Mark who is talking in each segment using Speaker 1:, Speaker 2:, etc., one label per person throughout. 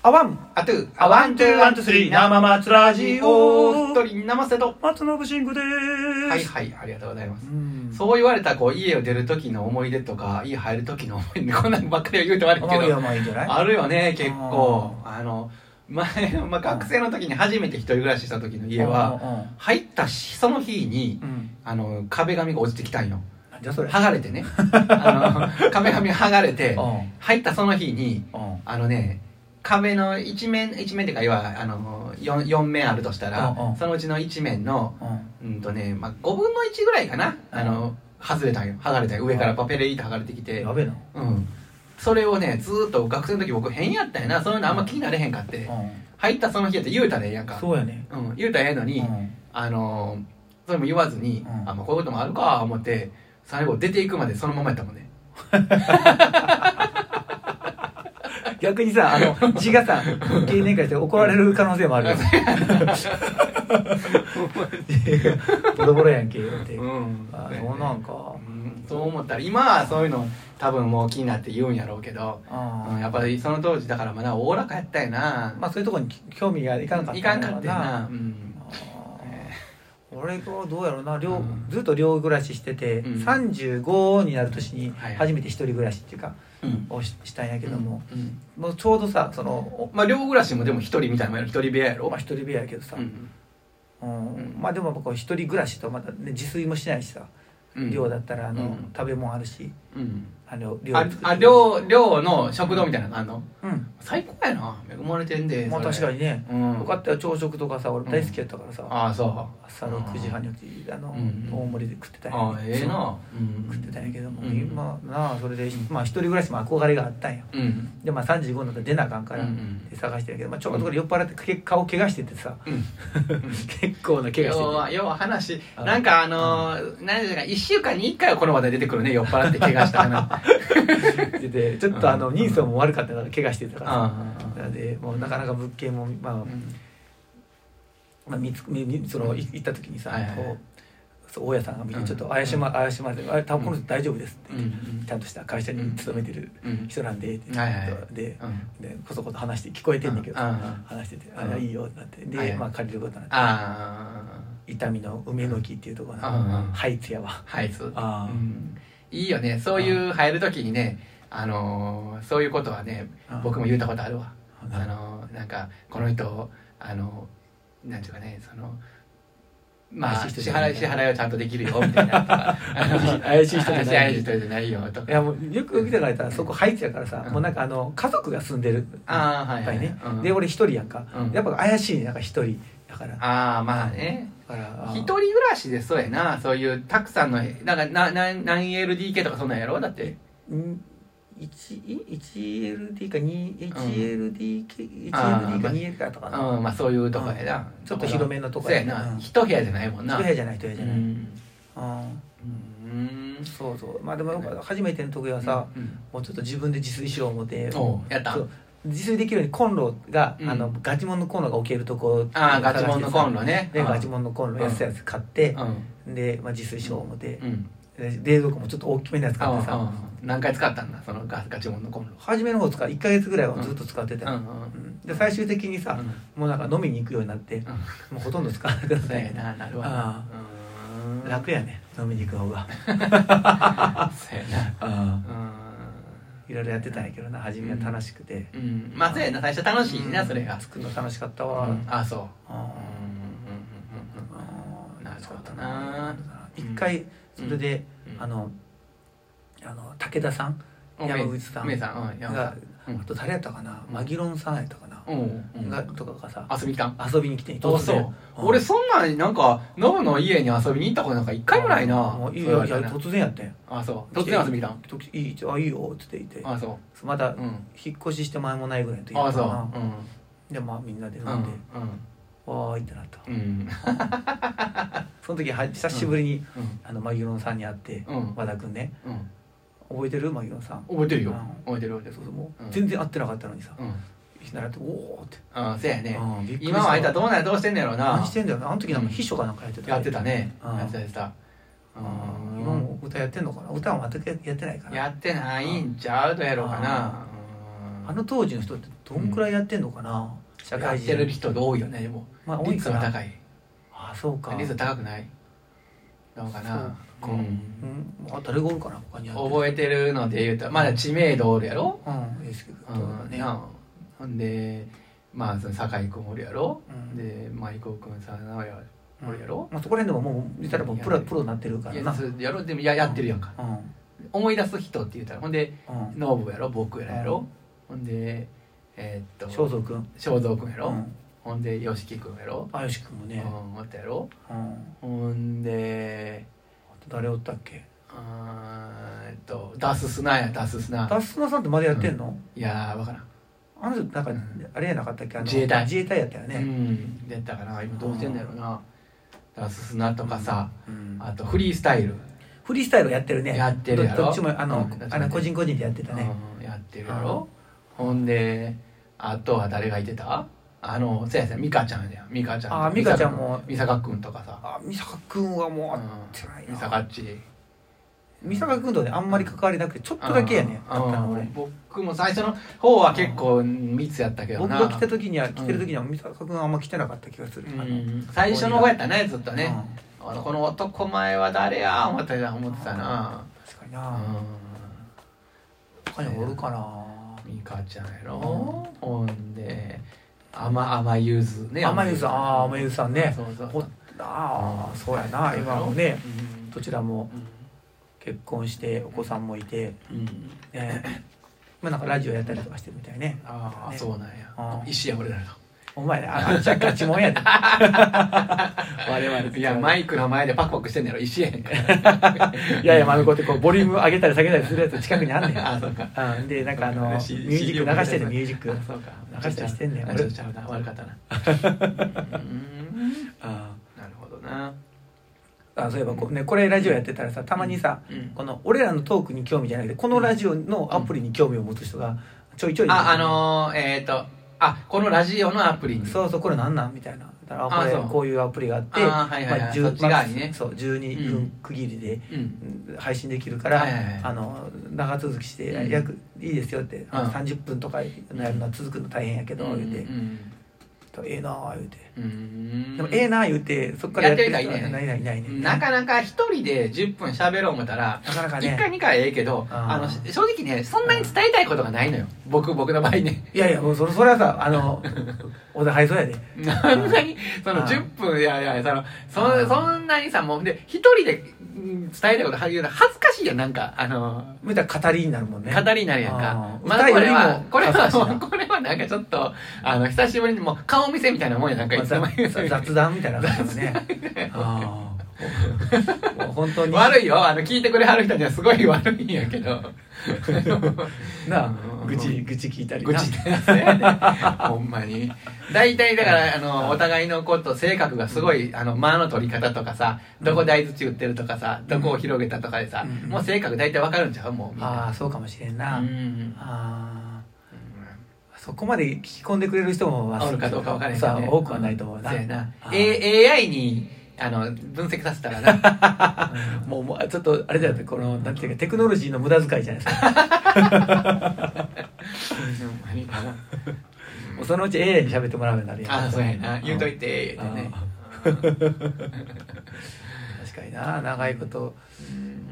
Speaker 1: あワン、あトゥー、
Speaker 2: あワンツーワンツースリー生松ラジオ
Speaker 1: 一人生瀬と。
Speaker 2: 松信慎吾でー
Speaker 1: はいはい、ありがとうございます。
Speaker 2: うん
Speaker 1: そう言われたこう家を出る時の思い出とか、家入る時の思い出、こんなんばっかりは言うて悪い
Speaker 2: まあい
Speaker 1: け
Speaker 2: や
Speaker 1: ど、
Speaker 2: まあいいんじゃない
Speaker 1: あるよね、結構。あの、前、まあ、学生の時に初めて一人暮らしした時の家は、
Speaker 2: は
Speaker 1: 入ったし、その日に、
Speaker 2: うん
Speaker 1: あの、壁紙が落ちてきたんよ。
Speaker 2: なんじゃそれ
Speaker 1: 剥がれてね。あ の、壁紙剥がれて
Speaker 2: う、ん
Speaker 1: 入ったその日に、
Speaker 2: うん
Speaker 1: あのね壁の一面一面っていうか要はあの 4, 四面あるとしたら、
Speaker 2: うんうん
Speaker 1: そのうちの一面の
Speaker 2: うん
Speaker 1: うんとね、まあ、5分の1ぐらいかな、あの外れたんよ剥がれたんよ上からパペレイって剥がれてきて、
Speaker 2: やべえな
Speaker 1: うん、それをねずーっと学生の時僕変やったんやなそういうのあんま気になれへんかって、
Speaker 2: う
Speaker 1: 入ったその日やって言うたらええやん
Speaker 2: ん
Speaker 1: か
Speaker 2: そうやね
Speaker 1: う、ん、言うたらええのに、
Speaker 2: うん
Speaker 1: あのそれも言わずに、
Speaker 2: うん
Speaker 1: あまあ、こういうこともあるか思って最後出ていくまでそのままやったもんね
Speaker 2: 逆にさあの字がさ経年化して怒られる可能性もあ るよボロボロやんけって
Speaker 1: ん
Speaker 2: あそうなんか
Speaker 1: うんそう思ったら今はそういうの多分もう気になって言うんやろうけど、う
Speaker 2: あ
Speaker 1: ん、やっぱりその当時だからまだおおらかやったよな
Speaker 2: あ、まあそういうとこに興味がいかなかった
Speaker 1: いかんかったよ
Speaker 2: な
Speaker 1: な、うん、
Speaker 2: あー俺がどうやろうな寮
Speaker 1: うん
Speaker 2: ずっと寮暮らししてて、
Speaker 1: うん
Speaker 2: 35になる年に
Speaker 1: はい
Speaker 2: 初めて一人暮らしっていうか
Speaker 1: うん
Speaker 2: をししたんやけども、、
Speaker 1: うん
Speaker 2: もうちょうどさそのお
Speaker 1: まあ寮暮らしもでも一人みたいなもんやろ一人部屋やろ、
Speaker 2: まあ一人部屋やけどさ、う
Speaker 1: う
Speaker 2: ん
Speaker 1: んうん
Speaker 2: まあでも僕は一人暮らしとまた、ね、自炊もしないしさ、
Speaker 1: うん、
Speaker 2: 寮だったらあの、
Speaker 1: うん
Speaker 2: 食べ物あるし
Speaker 1: うん
Speaker 2: あの
Speaker 1: あ
Speaker 2: 作って
Speaker 1: あ寮寮の食堂みたいなのあんの
Speaker 2: うん
Speaker 1: 最高やな恵まれてんで
Speaker 2: まあ確か
Speaker 1: に、
Speaker 2: にね、
Speaker 1: うん、
Speaker 2: よかったよ朝食とかさ俺大好きやったからさ、
Speaker 1: ああそ
Speaker 2: 朝6時半に起きてあの、
Speaker 1: うん
Speaker 2: 大盛りで食って
Speaker 1: う
Speaker 2: たんや
Speaker 1: ああええな、うん、
Speaker 2: 食ってたんやけども、
Speaker 1: うん
Speaker 2: 今なあそれで、
Speaker 1: うん
Speaker 2: まあ一人暮らしも憧れがあったんや
Speaker 1: うん
Speaker 2: でまあ35になったら出なあかんから、
Speaker 1: うんうん
Speaker 2: で探してるけど、まあ、ちょうどこれ酔っ払ってけ顔怪我しててさ
Speaker 1: うん
Speaker 2: 結構な怪我してて
Speaker 1: 要は要は話
Speaker 2: あ
Speaker 1: なんかあのー何ですか1週間に1回はこの話題出てくるね酔っ払って怪我し た話
Speaker 2: ででちょっとあの
Speaker 1: うん
Speaker 2: 人相も悪かったから怪我してたからさ、
Speaker 1: う
Speaker 2: なんでもうなかなか物件も、まあ
Speaker 1: ん
Speaker 2: まあ、見つみみそのい行った時にさ、
Speaker 1: はいはいはい
Speaker 2: こうそう大家さんが見
Speaker 1: う
Speaker 2: て
Speaker 1: ん
Speaker 2: ちょっと怪しま、怪しまれて「あれ多分この人大丈夫です」って、
Speaker 1: うん
Speaker 2: ちゃんとした会社に勤めてる
Speaker 1: うん
Speaker 2: 人なんで、って
Speaker 1: はいはいはい
Speaker 2: で
Speaker 1: うん
Speaker 2: でこそこそ話して聞こえてんだけどさ、
Speaker 1: うんうん
Speaker 2: 話してて「
Speaker 1: うん
Speaker 2: あいいよ」ってなってで、
Speaker 1: はいはい
Speaker 2: まあ、借りることになって
Speaker 1: あ
Speaker 2: 痛みの梅の木っていうところ
Speaker 1: うんうん
Speaker 2: のハイツやわ
Speaker 1: あハイツ
Speaker 2: あー
Speaker 1: うんいいよねそういう入る時にねあのーそういうことはね
Speaker 2: うん
Speaker 1: 僕も言うたことあるわ
Speaker 2: うん
Speaker 1: あのーなんかこの人あのーなんていうかねそのまあ
Speaker 2: 怪しい人
Speaker 1: 支
Speaker 2: じゃな
Speaker 1: 払
Speaker 2: い
Speaker 1: い支払いはちゃんとできるよみたいなとかあの
Speaker 2: 怪しい人じゃない
Speaker 1: 怪しい人じゃないよと
Speaker 2: い
Speaker 1: か
Speaker 2: やもうよく見てからたらそこハイツやからさ、
Speaker 1: うん
Speaker 2: もうなんかあの家族が住んでるやっ
Speaker 1: ああ
Speaker 2: ぱ
Speaker 1: はいは
Speaker 2: り
Speaker 1: い
Speaker 2: ね、
Speaker 1: うん
Speaker 2: で俺一人やんか、
Speaker 1: うん
Speaker 2: やっぱ怪しいねなんか一人だからだ
Speaker 1: ああまあね
Speaker 2: から
Speaker 1: 一人暮らしでそうやなそういうたくさんのなんかなな何 LDK とかそんなんやろだって
Speaker 2: ん 1- 1LD か 2LDK1LD
Speaker 1: あーま
Speaker 2: か
Speaker 1: あ
Speaker 2: 2L かと
Speaker 1: う
Speaker 2: か
Speaker 1: ん
Speaker 2: な
Speaker 1: まあそういうとこやな
Speaker 2: うんちょっと広めのとこ
Speaker 1: そう
Speaker 2: や
Speaker 1: や
Speaker 2: な
Speaker 1: な
Speaker 2: うん
Speaker 1: 一部屋じゃないもんな
Speaker 2: 一部屋じゃない一部屋じゃない、う
Speaker 1: うんんうん
Speaker 2: そうそうまあでもなんか初めての時はさ、
Speaker 1: うん
Speaker 2: もうちょっと自分で自炊しよう思って
Speaker 1: おうやった
Speaker 2: そう自炊できるようにコンロが、
Speaker 1: うん
Speaker 2: あのガチモンのコンロが置けるとこ
Speaker 1: ああガチモンのコンロね
Speaker 2: で
Speaker 1: うん
Speaker 2: ガチモンのコンロ安いやつ買って、で、まあ、自炊しよう思って
Speaker 1: う、ん
Speaker 2: で冷蔵庫もちょっと大きめのやつ
Speaker 1: あ
Speaker 2: 買ってさ、
Speaker 1: うん何回使ったんだそのガガチモンのコンロ
Speaker 2: 初めの方使う1か月ぐらいはずっと使ってた
Speaker 1: う
Speaker 2: よ、
Speaker 1: んうんうん
Speaker 2: うんで最終的にさ、もうなんか飲みに行くようになって、もうほとんど使わなくなった
Speaker 1: そうんや
Speaker 2: や
Speaker 1: ななるわ
Speaker 2: あ
Speaker 1: うん
Speaker 2: な楽やね飲みに行く方が
Speaker 1: そうやな
Speaker 2: あ
Speaker 1: う
Speaker 2: いろいろやってたんやけどな初めは楽しくて、
Speaker 1: んうんまあそうやな最初楽しいなそれが
Speaker 2: 作るの楽しかったわ、
Speaker 1: うんあそう
Speaker 2: あー
Speaker 1: なるほどな
Speaker 2: 一回それで、
Speaker 1: うん
Speaker 2: あのあの武田さん山口さん
Speaker 1: めいさん、うん、山口
Speaker 2: が、
Speaker 1: さんうん
Speaker 2: あと誰やったかな、
Speaker 1: うん
Speaker 2: マギロンさんやったかな、
Speaker 1: うんうん、
Speaker 2: がとかがさ
Speaker 1: 遊びに来たん
Speaker 2: 遊びに来てん
Speaker 1: あ
Speaker 2: 突
Speaker 1: そう、
Speaker 2: 然ん
Speaker 1: 俺そんなんなんかノブの家に遊びに行ったことなんか一回もないな
Speaker 2: もういいよいや突然やったんや
Speaker 1: あそう突然遊びに来たん
Speaker 2: 時いいあいいよっつって言って
Speaker 1: あそ
Speaker 2: まだ
Speaker 1: ううん
Speaker 2: 引っ越しして前もないぐらいの時や
Speaker 1: あ
Speaker 2: った
Speaker 1: そう
Speaker 2: か
Speaker 1: う
Speaker 2: なんでまあみんなで飲ん
Speaker 1: うん
Speaker 2: で、わーいってなった
Speaker 1: うんうん
Speaker 2: その時は久しぶりに、
Speaker 1: うん
Speaker 2: あのマギロンさんに会って、
Speaker 1: うん
Speaker 2: 和田君ね
Speaker 1: うん
Speaker 2: 覚えてるマギロンさん
Speaker 1: 覚えてるよ
Speaker 2: うん
Speaker 1: 覚えてる覚えて
Speaker 2: そうそ
Speaker 1: る
Speaker 2: うもう
Speaker 1: うん
Speaker 2: 全然会ってなかったのにさ、
Speaker 1: うん
Speaker 2: いきなり会っておおーって
Speaker 1: あそうやね
Speaker 2: うんびっくりした
Speaker 1: 今はあいたらどうなんやどうしてんのやろうな
Speaker 2: 何してんだよなあの時なんか秘書かなんかやってた
Speaker 1: やってたね
Speaker 2: うん
Speaker 1: やってたやってた
Speaker 2: う
Speaker 1: うんん
Speaker 2: 今も歌やってんのかな歌は全くやってないから
Speaker 1: やってないんちゃうどやろうかな
Speaker 2: あの当時の人ってどんくらいやってんのかな、社
Speaker 1: や
Speaker 2: 会
Speaker 1: っ
Speaker 2: 人
Speaker 1: てる人多いよねでも
Speaker 2: まあ多い
Speaker 1: 率
Speaker 2: か
Speaker 1: が
Speaker 2: ら
Speaker 1: 高い
Speaker 2: あそうか
Speaker 1: 率が高くないのかな
Speaker 2: そうか
Speaker 1: う
Speaker 2: う
Speaker 1: ん
Speaker 2: ん、あ誰がおるかな他にやってる
Speaker 1: 覚えてるので言うとまだ知名度おるやろ
Speaker 2: うん英介君
Speaker 1: う
Speaker 2: とか
Speaker 1: ん
Speaker 2: ね、
Speaker 1: なほんでまあその酒井君おるやろ
Speaker 2: うん
Speaker 1: で舞子君さ直哉おるやろ
Speaker 2: まあ、そこら辺でももう言ったらもうプロ
Speaker 1: いや
Speaker 2: プロになってるか
Speaker 1: い
Speaker 2: ら
Speaker 1: や
Speaker 2: な
Speaker 1: そうやろでもややってるやんか
Speaker 2: うん
Speaker 1: 思い出す人って言うたらほんで
Speaker 2: うん
Speaker 1: ノブやろ僕やろほんでえーっと
Speaker 2: 正蔵君
Speaker 1: 正蔵君やろ
Speaker 2: うん
Speaker 1: ほんで YOSHIKI 君やろ
Speaker 2: あよし君も
Speaker 1: う
Speaker 2: ね、
Speaker 1: んおったやろ
Speaker 2: うん、
Speaker 1: ほんで
Speaker 2: あと誰おったっけ
Speaker 1: うーんと出す砂や出す砂
Speaker 2: タスマさんってまだやってんの、
Speaker 1: いやー分からん
Speaker 2: あの人なんか、
Speaker 1: うん
Speaker 2: あれやなかったっけあの
Speaker 1: 自衛隊
Speaker 2: 自衛隊やったよ
Speaker 1: う
Speaker 2: ね、
Speaker 1: ん出たかな今どうしてんだろうな出す砂とかさ
Speaker 2: うん
Speaker 1: あとフリースタイル
Speaker 2: フリースタイルやってるね
Speaker 1: やってるやろ
Speaker 2: どどっちもあの,、
Speaker 1: うん
Speaker 2: あの個人個人でやってたね、
Speaker 1: うんやってるやろほんであとは誰がいてたあのせやせや美香ちゃんや美香ちゃん
Speaker 2: あー美香ちゃんも
Speaker 1: 美坂君とかさ
Speaker 2: あ美坂君はもう
Speaker 1: う
Speaker 2: あっ
Speaker 1: ん
Speaker 2: てない
Speaker 1: 美
Speaker 2: な、
Speaker 1: 坂っち
Speaker 2: 美坂君とはねあんまり関わりなくてちょっとだけやね
Speaker 1: う
Speaker 2: あ
Speaker 1: ん
Speaker 2: ったの
Speaker 1: う
Speaker 2: 俺
Speaker 1: ん僕も最初の方は結構密やったけど
Speaker 2: 僕
Speaker 1: な
Speaker 2: が来た時には来てる時には美坂君はあんま来てなかった気がする、
Speaker 1: う
Speaker 2: あの
Speaker 1: ん最初の方やったねずっとね、あのこの男前は誰や思ってた思ってた
Speaker 2: う
Speaker 1: な
Speaker 2: ん確かに
Speaker 1: う
Speaker 2: な、
Speaker 1: ん
Speaker 2: 他におるかな、
Speaker 1: 美香ちゃんやろほんで甘甘ゆずね
Speaker 2: 甘ゆずさんあー甘ゆずさんね
Speaker 1: そうそう
Speaker 2: おああそうやな今もねどちらも結婚してお子さんもいて、
Speaker 1: うん、うん
Speaker 2: ね、まあなんかラジオやったりとかしてるみたいね
Speaker 1: ああ
Speaker 2: ね
Speaker 1: そうなんや
Speaker 2: うん
Speaker 1: 石や俺らの
Speaker 2: お前らあちゃっかちもんや で我々
Speaker 1: いやマイクの前でパクパクしてんねやろ石やねん
Speaker 2: いやいや、まあ、こうやってこう、ボリューム上げたり下げたりするやつ近くにあんねん。
Speaker 1: あそうか
Speaker 2: うん、で、なんかあの、ミュージ
Speaker 1: C-
Speaker 2: ッ
Speaker 1: CD
Speaker 2: ク流してんねんミュージック。
Speaker 1: あそうか
Speaker 2: 流したりしてんねん
Speaker 1: あちょっとちゃうな悪かったな うん
Speaker 2: あ
Speaker 1: なるほどな
Speaker 2: あそういえばこう、ね、これラジオやってたらさ、たまにさ、
Speaker 1: うん
Speaker 2: この、俺らのトークに興味じゃなくて、このラジオのアプリに興味を持つ人が、ちょいちょい。
Speaker 1: ああ、のー、えっ、とあこのラジオのアプリに
Speaker 2: そうそう、これなんなんみたいな。だから、
Speaker 1: あ
Speaker 2: これ
Speaker 1: そう
Speaker 2: こういうアプリがあって、
Speaker 1: あはいはいはい
Speaker 2: 10
Speaker 1: そっち側にね
Speaker 2: そう、12分区切りで。
Speaker 1: うん
Speaker 2: 配信できるから、
Speaker 1: はいはいはい
Speaker 2: あの長続きして
Speaker 1: うん
Speaker 2: 約、いいですよって、あの
Speaker 1: うん
Speaker 2: 30分とかやるのは続くの大変やけど、言うて、
Speaker 1: うん
Speaker 2: ええなあ言うて、
Speaker 1: うんうん
Speaker 2: でもええなあ言うてそっから
Speaker 1: やってる人はい
Speaker 2: な
Speaker 1: ない
Speaker 2: ないないね
Speaker 1: なかなか一人で10分喋ろう思ったら
Speaker 2: なかなか
Speaker 1: 1
Speaker 2: ね
Speaker 1: 回2回はええけど
Speaker 2: あー
Speaker 1: あのし正直ねそんなに伝えたいことがないのよ僕僕の場合ね
Speaker 2: いやいやもうそれそれはさあのお互いそうやで
Speaker 1: そんなにその
Speaker 2: あー
Speaker 1: 10分いやいやその
Speaker 2: あ
Speaker 1: そ
Speaker 2: ー
Speaker 1: そんなにさもうで一人でうん伝えたいことは言うの恥ずかしいやんなんかあの
Speaker 2: 見たら語りになるもんね
Speaker 1: 語りになるやんか
Speaker 2: あ。ー
Speaker 1: まあ、
Speaker 2: 歌
Speaker 1: こ
Speaker 2: よ
Speaker 1: れ
Speaker 2: りも
Speaker 1: は、これ
Speaker 2: 恥ずかしい
Speaker 1: は、
Speaker 2: な
Speaker 1: これはなんかちょっと、あの、久しぶりにもう顔見せみたいなもんや、なんかいつも言う
Speaker 2: 雑雑談みたいな感じで ねああもう本当に
Speaker 1: 悪いよあの聞いてくれはる人にはすごい悪いんやけど
Speaker 2: なあ
Speaker 1: うん
Speaker 2: 愚痴愚痴聞いたりな
Speaker 1: 愚痴ってやつ やねほんまに大体だからあのお互いのこと性格がすごいあの間の取り方とかさどこ大豆打ってるとかさどこを広げたとかでさ
Speaker 2: うん
Speaker 1: もう性格大体わかるんちゃうもうみん
Speaker 2: あ
Speaker 1: な
Speaker 2: あそうかもしれん
Speaker 1: う
Speaker 2: な、
Speaker 1: ん
Speaker 2: ああそこまで聞き込んでくれる人もまあ
Speaker 1: おるかどうかわからへんけ
Speaker 2: さ
Speaker 1: ど
Speaker 2: あ
Speaker 1: ね
Speaker 2: 多くはないと思うな,あ
Speaker 1: そ
Speaker 2: あ、
Speaker 1: やな A- AI にあの分析させたら な
Speaker 2: もうもうちょっとあれだよねこのなんていうかテクノロジーの無駄遣いじゃないですか
Speaker 1: ほんまに
Speaker 2: もうそのうち AI に喋ってもらうようになるやん
Speaker 1: ああそうやな言うといて言うてね
Speaker 2: 確かにな長いこと、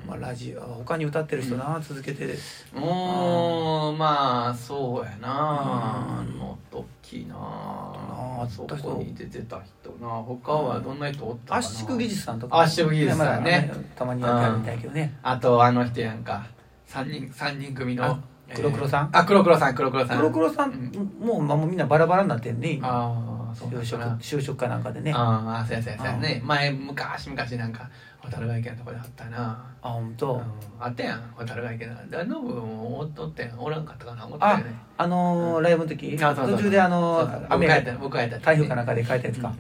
Speaker 2: まあ、ラジオ他に歌ってる人な、続けて
Speaker 1: もうまあそうやな、
Speaker 2: うん
Speaker 1: の時な
Speaker 2: あ
Speaker 1: あ
Speaker 2: った
Speaker 1: そ
Speaker 2: 人
Speaker 1: こに出てた人な他はどんな人おったかな
Speaker 2: 圧縮技術さんとか
Speaker 1: 圧縮技術さんね
Speaker 2: まだたまにやってみたいけどね
Speaker 1: あとあの人やんか3人三人組
Speaker 2: あ
Speaker 1: の
Speaker 2: 黒黒さん
Speaker 1: あ黒黒さん黒黒さん
Speaker 2: 黒黒さん、
Speaker 1: うん
Speaker 2: もう、まあ、もうみんなバラバラになってんね今
Speaker 1: ああそう
Speaker 2: 就
Speaker 1: だった
Speaker 2: 職
Speaker 1: な
Speaker 2: 就職かなんかでねあ
Speaker 1: ああそうやそうやそうやね前昔昔なんか蛍ヶ池のとこであったな
Speaker 2: 本
Speaker 1: う
Speaker 2: 当
Speaker 1: んあったやん蛍ヶ池のノブもおっとってんおらんかったかな思ったよ
Speaker 2: あ
Speaker 1: ね
Speaker 2: あのーライブの時
Speaker 1: あそうそう
Speaker 2: 途中であのー
Speaker 1: そうそう
Speaker 2: 雨
Speaker 1: 僕がやった僕がやった
Speaker 2: 台風かなんかで帰ったやつか、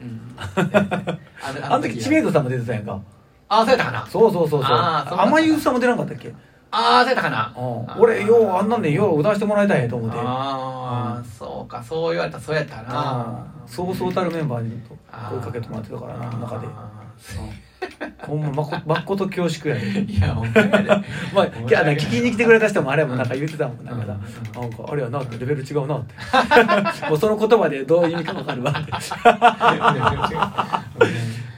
Speaker 1: あの
Speaker 2: あの時知名度さんも出てたやんか
Speaker 1: あそうやったかな
Speaker 2: そうそうそうそう
Speaker 1: あーそうだった
Speaker 2: あまゆうさんも出なかったっけ
Speaker 1: ああそうやったかな
Speaker 2: うん俺ようあんなんでよう歌わせてもらいたいと思って
Speaker 1: ああそうかそう言われたらそうやったな
Speaker 2: そうそうたるメンバーに声
Speaker 1: あー
Speaker 2: かけてもらってたからな中で
Speaker 1: あー
Speaker 2: ほんまま こまっこと恐縮やね
Speaker 1: いやほんまやで
Speaker 2: まあ、
Speaker 1: 申し
Speaker 2: 聞
Speaker 1: 訳 ない
Speaker 2: きに来てくれた人もあれもなんか言ってたもん
Speaker 1: ん
Speaker 2: なんかさ、
Speaker 1: うん
Speaker 2: なんかあれやなってレベル違うなって もうその言葉でどういう意味か分かるわって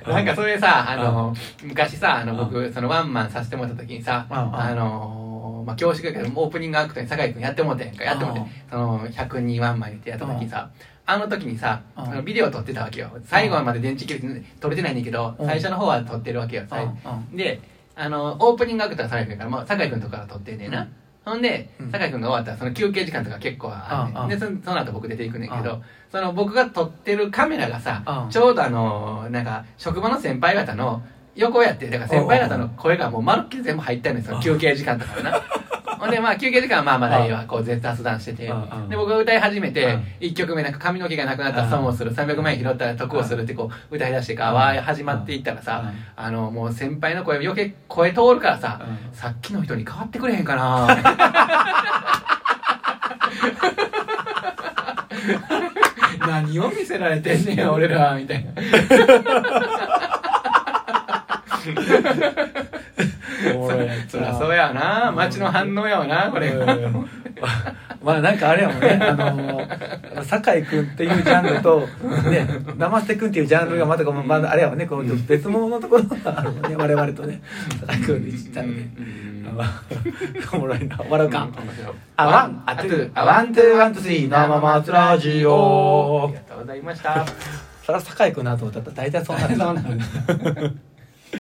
Speaker 1: なんかそれさあの昔さあの僕そのワンマンさせてもらった時にさ
Speaker 2: うん
Speaker 1: あのまあ恐縮やけどもうオープニングアクトに酒井君やってもうてんかやってもうて
Speaker 2: うん
Speaker 1: その100人ワンマンにってやった時にさあの時にさ、
Speaker 2: うん
Speaker 1: あのビデオ撮ってたわけよ。最後まで電池切れて撮れてないねんだけど、
Speaker 2: うん
Speaker 1: 最初の方は撮ってるわけよ。最であのオープニングアクター酒井君やから、まあ、酒井君とかから撮ってんねんな、
Speaker 2: うん
Speaker 1: ほんで
Speaker 2: うん
Speaker 1: 酒井君が終わったらその休憩時間とか結構あんねん
Speaker 2: ああ
Speaker 1: でそのその後僕出ていくねんけど
Speaker 2: あ
Speaker 1: その僕が撮ってるカメラがさ
Speaker 2: あ
Speaker 1: ちょうどあのなんか職場の先輩方の横やってだから先輩方の声がもうまるっきり全部入ったんですよ
Speaker 2: あ
Speaker 1: 休憩時間とかは なほんでまあ休憩時間はまあまだいいわこう雑談してて
Speaker 2: ああ
Speaker 1: で僕が歌い始めて
Speaker 2: あ
Speaker 1: 1曲目なんか髪の毛がなくなったら損をする300万円拾ったら得をするってこう歌い出してか
Speaker 2: あ
Speaker 1: わーい始まっていったらさあのもう先輩の声余計声通るからさ、さっきの人に変わってくれへんかな何を見せられてんねん俺らみたいな そりゃそう
Speaker 2: や
Speaker 1: やな街の反応やわなこれ
Speaker 2: まあなんかあれやもんねあの酒井君っていうジャンルとね生瀬君っていうジャンルがまたこうまだあれやもんねこう別物のところがあるもんね我々とね酒井君でちっちゃいのねあ おもろいな笑うか、あワン、あトゥー、あワン、トゥー、ワン、トゥー、スリー、生松ラジ
Speaker 1: あ
Speaker 2: オ
Speaker 1: りが。とうございました
Speaker 2: それは酒井君の後歌ったら大体そうなる。
Speaker 1: そうなる